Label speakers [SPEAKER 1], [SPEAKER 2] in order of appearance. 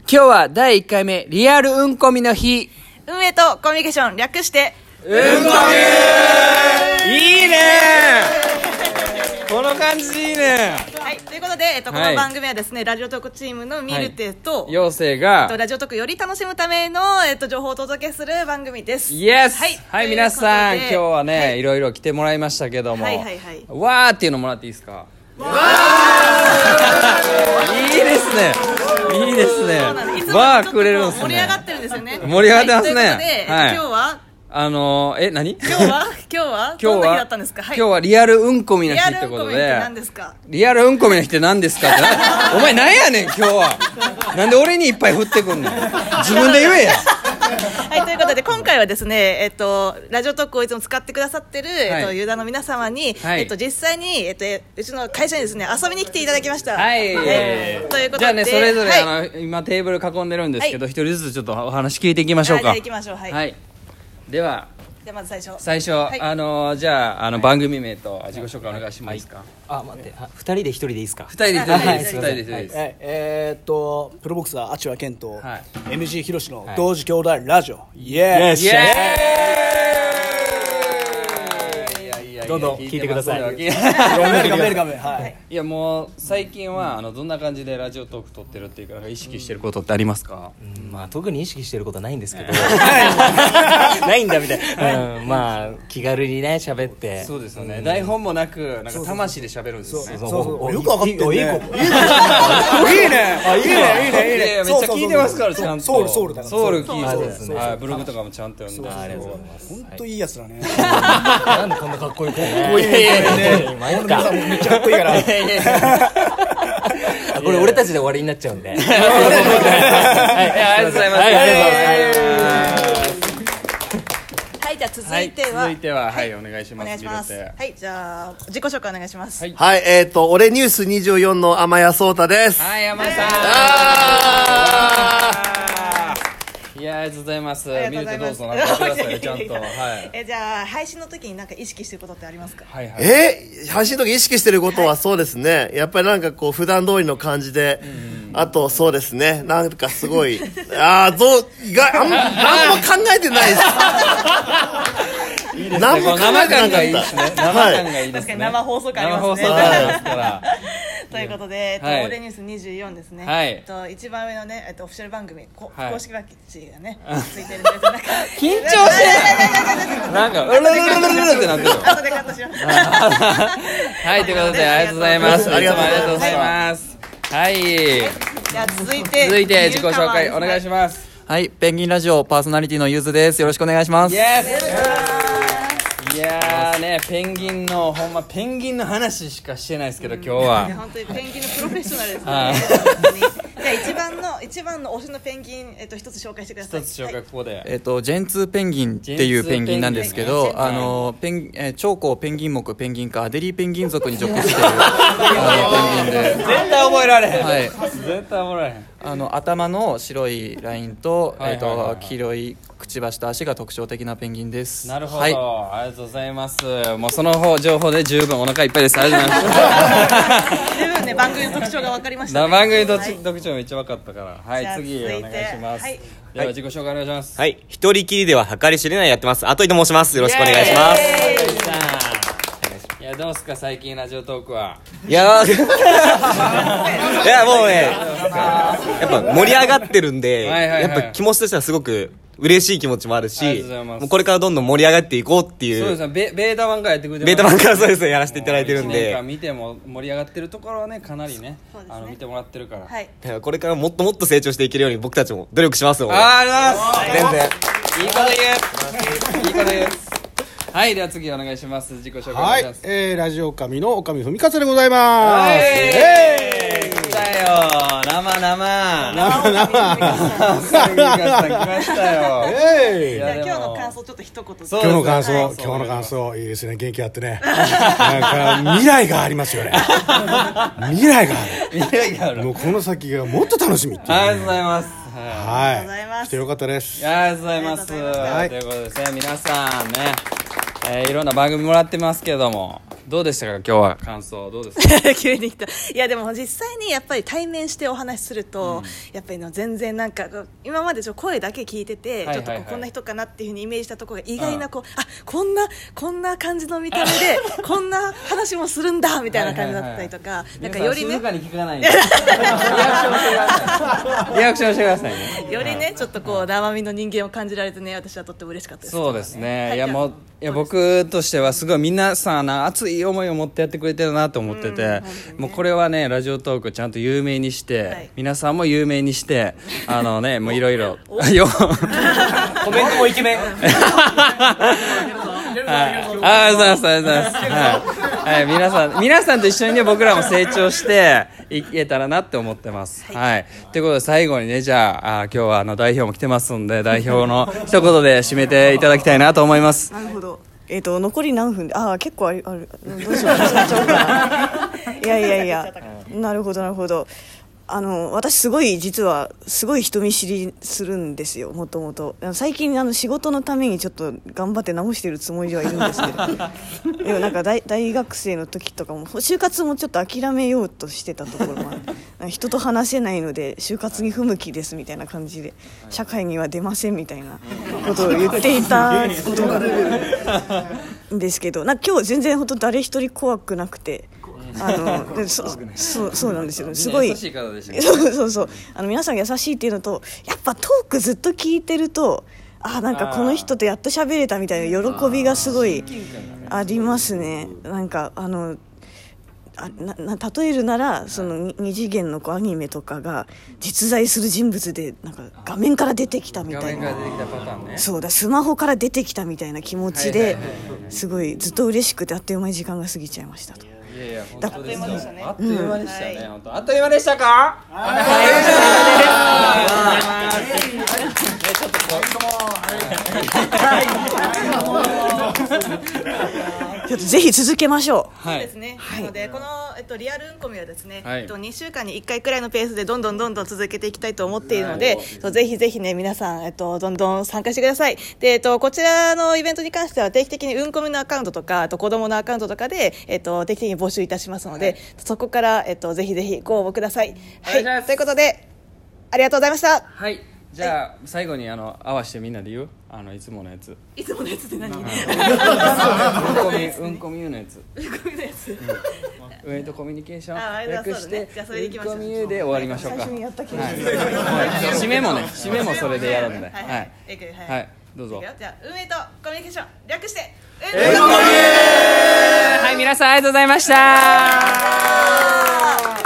[SPEAKER 1] 今日は第1回目リアルうんこみの日
[SPEAKER 2] 運営とコミュニケーション略して
[SPEAKER 1] いいねこの感じいいね
[SPEAKER 2] はいということで、えっと、こ
[SPEAKER 1] は
[SPEAKER 2] の
[SPEAKER 1] い
[SPEAKER 2] 番組はですね、ラジオトークチームのミルテと、えっ
[SPEAKER 1] 妖精
[SPEAKER 2] と
[SPEAKER 1] が
[SPEAKER 2] ラジオトークより楽しむための、えっと、情報をお届けする番組です
[SPEAKER 1] イエスはい、
[SPEAKER 2] ということで
[SPEAKER 1] 皆さん今日はね、い、ろいろ来てもらいましたけども、
[SPEAKER 2] はいはいはい
[SPEAKER 1] わーっていうのもらっていいですかわーいいですねいいですね
[SPEAKER 2] そうなんですいつも
[SPEAKER 1] わー
[SPEAKER 2] ちょっとこう
[SPEAKER 1] くれるんです
[SPEAKER 2] 盛り上
[SPEAKER 1] ね
[SPEAKER 2] がってるんですよね
[SPEAKER 1] 盛り上がってますね
[SPEAKER 2] はいということで、
[SPEAKER 1] はい
[SPEAKER 2] 今日は
[SPEAKER 1] あのー、え何今
[SPEAKER 2] 今日は今日は
[SPEAKER 1] 今日
[SPEAKER 2] どんな日だ
[SPEAKER 1] は
[SPEAKER 2] ったんですか、
[SPEAKER 1] 今日はリアルうんこみの
[SPEAKER 2] リ
[SPEAKER 1] 日
[SPEAKER 2] ア
[SPEAKER 1] って
[SPEAKER 2] ル
[SPEAKER 1] こ
[SPEAKER 2] コ
[SPEAKER 1] と
[SPEAKER 2] メント
[SPEAKER 1] で
[SPEAKER 2] 何ですか
[SPEAKER 1] リアルうんこみの日って何ですか ってなお前なんやねん今日はなんで俺にいっぱい振ってくんの自分で言えや
[SPEAKER 2] はい、ということで今回はですね、えっと、ラジオトークをいつも使ってくださってる、えっ
[SPEAKER 1] は
[SPEAKER 2] と、
[SPEAKER 1] い
[SPEAKER 2] ユダの皆様に、
[SPEAKER 1] はい
[SPEAKER 2] えっと、実際に、えっと、えうちの会社にですね遊びに来ていただきました。
[SPEAKER 1] はい、
[SPEAKER 2] ということで
[SPEAKER 1] じゃあねそれぞれ、
[SPEAKER 2] はい
[SPEAKER 1] あの今テーブル囲んでるんですけど
[SPEAKER 2] は
[SPEAKER 1] 一、人ずつちょっとお話聞いていきましょうか
[SPEAKER 2] はいじゃあ行きましょうはい
[SPEAKER 1] では
[SPEAKER 2] じゃあまず最初
[SPEAKER 1] 最初、
[SPEAKER 2] い
[SPEAKER 1] あのじゃああの番組名と自己紹介お願いしますか、
[SPEAKER 3] あ待ってあ二人で一人でいいですか
[SPEAKER 1] 二人で
[SPEAKER 2] はい
[SPEAKER 1] 一人です、二人です、
[SPEAKER 4] はい、えーっとプロボクサーアチュア健と、
[SPEAKER 1] はい
[SPEAKER 4] MG ヒロシの同時兄弟ラジオ、イエーイ
[SPEAKER 1] イエーイ
[SPEAKER 3] どんどん聞いてください
[SPEAKER 1] 聞てください
[SPEAKER 4] ガメルガメルガメルはい
[SPEAKER 1] いやもう最近はあのどんな感じでラジオトーク撮ってるっていうかなんか意識してることってありますか、
[SPEAKER 3] うんまあ特に意識してることはないんですけど ないんだみたいな、 うん、まあ気軽にね喋って
[SPEAKER 1] そうですよね、台本もなくなんか魂で喋るんですね
[SPEAKER 3] そう
[SPEAKER 4] そうそう
[SPEAKER 3] お
[SPEAKER 4] よくわかってんね
[SPEAKER 3] いいいい
[SPEAKER 4] いい
[SPEAKER 3] こ
[SPEAKER 4] こといいねいいねいいねいい
[SPEAKER 1] いやい
[SPEAKER 4] ね
[SPEAKER 1] やめっちゃ聞いてますからちゃんと
[SPEAKER 4] ソウルソウルだから
[SPEAKER 1] ソウル
[SPEAKER 4] ソ
[SPEAKER 1] 聞
[SPEAKER 3] そう
[SPEAKER 1] い
[SPEAKER 3] です
[SPEAKER 1] て
[SPEAKER 3] ね
[SPEAKER 1] はいブログとかもちゃんと読んで
[SPEAKER 3] ありがとうございます
[SPEAKER 4] 本当いいやつだね
[SPEAKER 3] なんでこんなかっこいいかっこ いいマジか
[SPEAKER 4] めっちゃかっこいいから
[SPEAKER 3] あこれ俺たちで終わりになっちゃうんで
[SPEAKER 1] はいやありがとうございます
[SPEAKER 3] はいありがとうございます
[SPEAKER 2] はいじゃあ続
[SPEAKER 1] はいい
[SPEAKER 2] ては、
[SPEAKER 1] 続いてははいお願いし
[SPEAKER 2] お
[SPEAKER 1] ます
[SPEAKER 2] 願いします
[SPEAKER 1] 見れて
[SPEAKER 2] はいじゃあ自己紹介お願いします、
[SPEAKER 1] はい
[SPEAKER 5] はい、えっ、ー、と、俺ニュース24の天谷聡太です。
[SPEAKER 1] はい、山井さん。
[SPEAKER 5] あ
[SPEAKER 1] いや、ありがとうございます。
[SPEAKER 2] あ
[SPEAKER 1] 見る
[SPEAKER 2] りが
[SPEAKER 1] と
[SPEAKER 2] と
[SPEAKER 1] ど
[SPEAKER 2] う
[SPEAKER 1] う
[SPEAKER 2] ご
[SPEAKER 1] ぞ、
[SPEAKER 2] ざ
[SPEAKER 1] ないん
[SPEAKER 2] ま
[SPEAKER 1] か
[SPEAKER 2] す
[SPEAKER 1] くだ さい、ちゃんと。はい。
[SPEAKER 2] えじゃあ配信の時になんか意識してることってありますか
[SPEAKER 1] はい、はい。
[SPEAKER 5] えー、配信の時意識してることはそうですね。やっぱりなんかこう、普段通りの感じで、あとそうですね、なんかすごい、ああ、どう、意外、あん、なんも考えてないです。なんも考
[SPEAKER 1] 生
[SPEAKER 5] えてなか
[SPEAKER 1] 感
[SPEAKER 5] っ
[SPEAKER 1] がいいですね。生
[SPEAKER 5] た。
[SPEAKER 1] 感
[SPEAKER 5] はい。
[SPEAKER 1] がいいです
[SPEAKER 2] 確か
[SPEAKER 1] ね。
[SPEAKER 2] に生放送感あり
[SPEAKER 1] 生
[SPEAKER 2] ま
[SPEAKER 1] 放
[SPEAKER 2] す
[SPEAKER 1] 送
[SPEAKER 2] ね
[SPEAKER 1] 感ですから。
[SPEAKER 2] ということで、えっと
[SPEAKER 1] はい
[SPEAKER 2] オレニュース24ですね、
[SPEAKER 1] はい
[SPEAKER 2] えっと、一番上のね、えっと、オフィシャル番組、こ
[SPEAKER 1] はい
[SPEAKER 2] 公式バッジがね、ついてるんですなんか
[SPEAKER 1] 緊張してるなんか、うるるるるるってなってる。
[SPEAKER 2] 後でカットします
[SPEAKER 1] はい、ということで、ありがとうございます。
[SPEAKER 5] ありがとう
[SPEAKER 1] いつもあ
[SPEAKER 5] ございま
[SPEAKER 1] りが
[SPEAKER 5] す
[SPEAKER 1] とうございます。はい。
[SPEAKER 2] じゃあ続いて
[SPEAKER 1] 続いて、自己紹介お願いし
[SPEAKER 2] ま
[SPEAKER 1] ます。
[SPEAKER 6] はい、ペンギンラジオパーソナリティのゆずです。よろしくお願いします。
[SPEAKER 1] イエスいやーね、ペンギンの、ほんま、ペンギンの話しかしてないですけど、今日は。
[SPEAKER 2] 本当にペンギンのプロフェッショナルです
[SPEAKER 1] はい
[SPEAKER 2] ね本当にじゃあ一番の一番の推しのペンギンえっと一つ紹介してください
[SPEAKER 1] 一つ紹介、ここで。
[SPEAKER 6] えっと、ジェンツーペンギンっていうペンギンなんですけ
[SPEAKER 1] ジェン
[SPEAKER 6] ど
[SPEAKER 1] ツ、ーペンギ
[SPEAKER 6] あ
[SPEAKER 1] ン
[SPEAKER 6] の、ペン、えー長江ペンギン目ペンギン科アデリーペンギン族に属してい る、あの、ペンギンで、
[SPEAKER 1] 絶対覚えられへん、
[SPEAKER 6] はい
[SPEAKER 1] 絶対覚えられへん
[SPEAKER 6] あの、頭の白いラインと、
[SPEAKER 1] はい
[SPEAKER 6] えっ
[SPEAKER 1] はいはいはい
[SPEAKER 6] と、黄色いくちばしと足が特徴的なペンギンです。
[SPEAKER 1] なるほど、
[SPEAKER 6] はい。
[SPEAKER 1] ありがとうございますもうその方情報で十分お腹いっぱいですありがとうございます
[SPEAKER 2] 十分ね番組の特徴が分かりましたね、
[SPEAKER 1] 番組どっ
[SPEAKER 2] はい
[SPEAKER 1] ち特徴めっちゃ分かったからは
[SPEAKER 2] じゃあ
[SPEAKER 1] い次お
[SPEAKER 2] 続
[SPEAKER 1] 願
[SPEAKER 2] い
[SPEAKER 1] い
[SPEAKER 2] て
[SPEAKER 1] します、
[SPEAKER 2] はい
[SPEAKER 1] では自己紹介お願いします
[SPEAKER 7] はい。一人きりでは計り知れないやってます。あといと申します。よろしくお願いします。
[SPEAKER 1] さあいやどうすか最近ラジオトークは い
[SPEAKER 7] やー いや、もうね、やっぱ盛り上がってるんで、
[SPEAKER 1] はいはいはい
[SPEAKER 7] やっぱ気持ちとしてはすごく嬉しい気持ちもあ
[SPEAKER 1] あり
[SPEAKER 7] る
[SPEAKER 1] が
[SPEAKER 7] し、
[SPEAKER 1] とうございます
[SPEAKER 7] もうこれからどんどん盛り上がっていこうってい
[SPEAKER 1] そうで
[SPEAKER 7] う、
[SPEAKER 1] すねベベータ版からやってくれて
[SPEAKER 7] ベータ版
[SPEAKER 1] い
[SPEAKER 7] からそうですね、やらせていただいてるん
[SPEAKER 1] 年
[SPEAKER 7] で
[SPEAKER 1] 間、見ても盛り上がってるところはねかなりね
[SPEAKER 2] そうですね
[SPEAKER 1] あの見てもらってるから、
[SPEAKER 2] はい
[SPEAKER 7] だからこれからもっともっと成長していけるように僕たちも努力しますもん。
[SPEAKER 1] あありがとうございます
[SPEAKER 7] 全
[SPEAKER 1] い
[SPEAKER 7] 然。
[SPEAKER 1] いこと言う。いいこと言う。はい、では次お願いします。自己紹介お
[SPEAKER 8] は
[SPEAKER 1] 願い
[SPEAKER 8] い
[SPEAKER 1] します。、
[SPEAKER 8] えー、ラジオ神の岡見文勝でございま
[SPEAKER 1] は
[SPEAKER 8] す。
[SPEAKER 1] い、
[SPEAKER 8] え
[SPEAKER 1] 来たよ。生生。
[SPEAKER 8] 生生。
[SPEAKER 1] すぐさん来ましたよ。
[SPEAKER 8] え
[SPEAKER 1] い
[SPEAKER 8] い
[SPEAKER 2] じゃあ
[SPEAKER 1] や
[SPEAKER 2] 今
[SPEAKER 1] でも
[SPEAKER 2] 日の感想ちょっと一言
[SPEAKER 1] そう
[SPEAKER 8] 今日の感想、
[SPEAKER 2] は
[SPEAKER 8] 今
[SPEAKER 2] い
[SPEAKER 8] 日の感想、いいですね、元気あってね。なんか、未来がありますよね。未来が
[SPEAKER 1] 未来があ
[SPEAKER 8] ある。
[SPEAKER 1] る。
[SPEAKER 8] もうこの先がもっと楽しみっていう、
[SPEAKER 1] ありがとう
[SPEAKER 8] ね。
[SPEAKER 1] ございます。
[SPEAKER 8] は
[SPEAKER 2] ありがとうございます
[SPEAKER 8] 来てよかったです。
[SPEAKER 1] はい、ありがとうございます。と
[SPEAKER 2] ありがとうございます
[SPEAKER 8] はい
[SPEAKER 1] いうことですね、皆さんね、えーいろんな番組もらってますけども、どうでしたか今日は感想どうですか
[SPEAKER 2] 急に来たいやでも実際にやっぱり対面してお話しすると、やっぱりの全然なんか今までちょっと声だけ聞いてて、
[SPEAKER 1] はいはいはい
[SPEAKER 2] ちょっとこうこんな人かなっていうふうにイメージしたところが意外なこう、あこんなこんな感じの見た目 でこんな話もするんだみたいな感じだったりとか、なんかよりね
[SPEAKER 1] に聞かないでリアクションしてくださいリアクションしてくださいね
[SPEAKER 2] よりねちょっとこう生身の人間を感じられてね私はとっても嬉しかったです
[SPEAKER 1] そうですね、、
[SPEAKER 2] はいい
[SPEAKER 1] や
[SPEAKER 2] じゃあ
[SPEAKER 1] もういや僕としてはすごい皆さんな熱い思いを持ってやってくれてるなと思ってて、もうこれはねラジオトークちゃんと有名にして、
[SPEAKER 2] はい
[SPEAKER 1] 皆さんも有名に してあのねもういろいろ よ
[SPEAKER 3] コメントもイケメン。
[SPEAKER 1] はいああ、そうです、そうです。はい、はい、皆さん、皆さんと一緒にね、僕らも成長 して、いけたらなって思ってます。はい、ということで、最後にね、じゃあ、あー今日はあの代表も来てますんで、代表の一言で締めていただきたいなと思います。
[SPEAKER 9] なるほど。えっ、と残り何分で、ああ結構あるある。どうしよう忘れちゃうかな。いやいやい や。なるほどなるほど。あの私すごい実はすごい人見知りするんですよもともと最近あの仕事のためにちょっと頑張って直してるつもりではいるんですけど でもなんか大大学生の時とかも就活もちょっと諦めようとしてたところもあるなんか人と話せないので就活に不向きですみたいな感じで社会には出ませんみたいなことを言っていたことがですけどなんか今日全然本当誰一人怖くなくて。あのでそ そうそうなんですよすごい
[SPEAKER 1] 優しい方でしたね
[SPEAKER 9] そうそうそうあの皆さんが優しいっていうのとやっぱトークずっと聞いてるとあーなんかこの人とやっと喋れたみたいな喜びがすごいありますねなんかあのあなな例えるならそのに二次元のこうアニメとかが実在する人物でなんか画面から出てきたみたいな
[SPEAKER 1] てきたパターンね。
[SPEAKER 9] そうだスマホから出てきたみたいな気持ちですごいずっと嬉しくてあっという間に時間が過ぎちゃいましたと。
[SPEAKER 1] いやいや、本当ですよ。あっという間でしたね、本当。あっという間でしたか。
[SPEAKER 9] ちょっとぜひ続けましょう。
[SPEAKER 1] は
[SPEAKER 2] そうですね、なのでこの、えっと、リアルうんこみはですね、
[SPEAKER 1] はい
[SPEAKER 2] えっと、2週間に1回くらいのペースでどんどんどんどん続けていきたいと思っているので、そうぜひぜひね皆さん、えっと、どんどん参加してくださいで、えっと、こちらのイベントに関しては定期的にうんこみのアカウントとかあと子どものアカウントとかで、えっと、定期的に募集いたしますので、そこから、えっと、ぜひぜひご応募ください、はい、ということでありがとうございました
[SPEAKER 1] はい。じゃあ、最後にあの合わせてみんなで言うあのいつものやつ
[SPEAKER 2] いつものやつって何
[SPEAKER 1] うんこみうんこみゆのやつ
[SPEAKER 2] うんこみのやつ
[SPEAKER 1] ウェイトコミュニケーショ
[SPEAKER 2] ああ
[SPEAKER 1] ン
[SPEAKER 2] りがと
[SPEAKER 1] 略
[SPEAKER 2] うござ
[SPEAKER 1] し
[SPEAKER 2] います
[SPEAKER 1] て
[SPEAKER 2] じゃあそれで
[SPEAKER 1] ウ
[SPEAKER 2] いき
[SPEAKER 1] ッ
[SPEAKER 2] ましょ
[SPEAKER 1] コ
[SPEAKER 2] う
[SPEAKER 1] ミユで終わりましょうか
[SPEAKER 9] 最初にやった気がする
[SPEAKER 1] 締めもね締めもそれでやるんで
[SPEAKER 2] はい
[SPEAKER 1] はい
[SPEAKER 2] いくよはい
[SPEAKER 1] はいどうぞ
[SPEAKER 2] いくよじゃあ運営とコミュニケーション略して
[SPEAKER 1] はい皆さんありがとうございました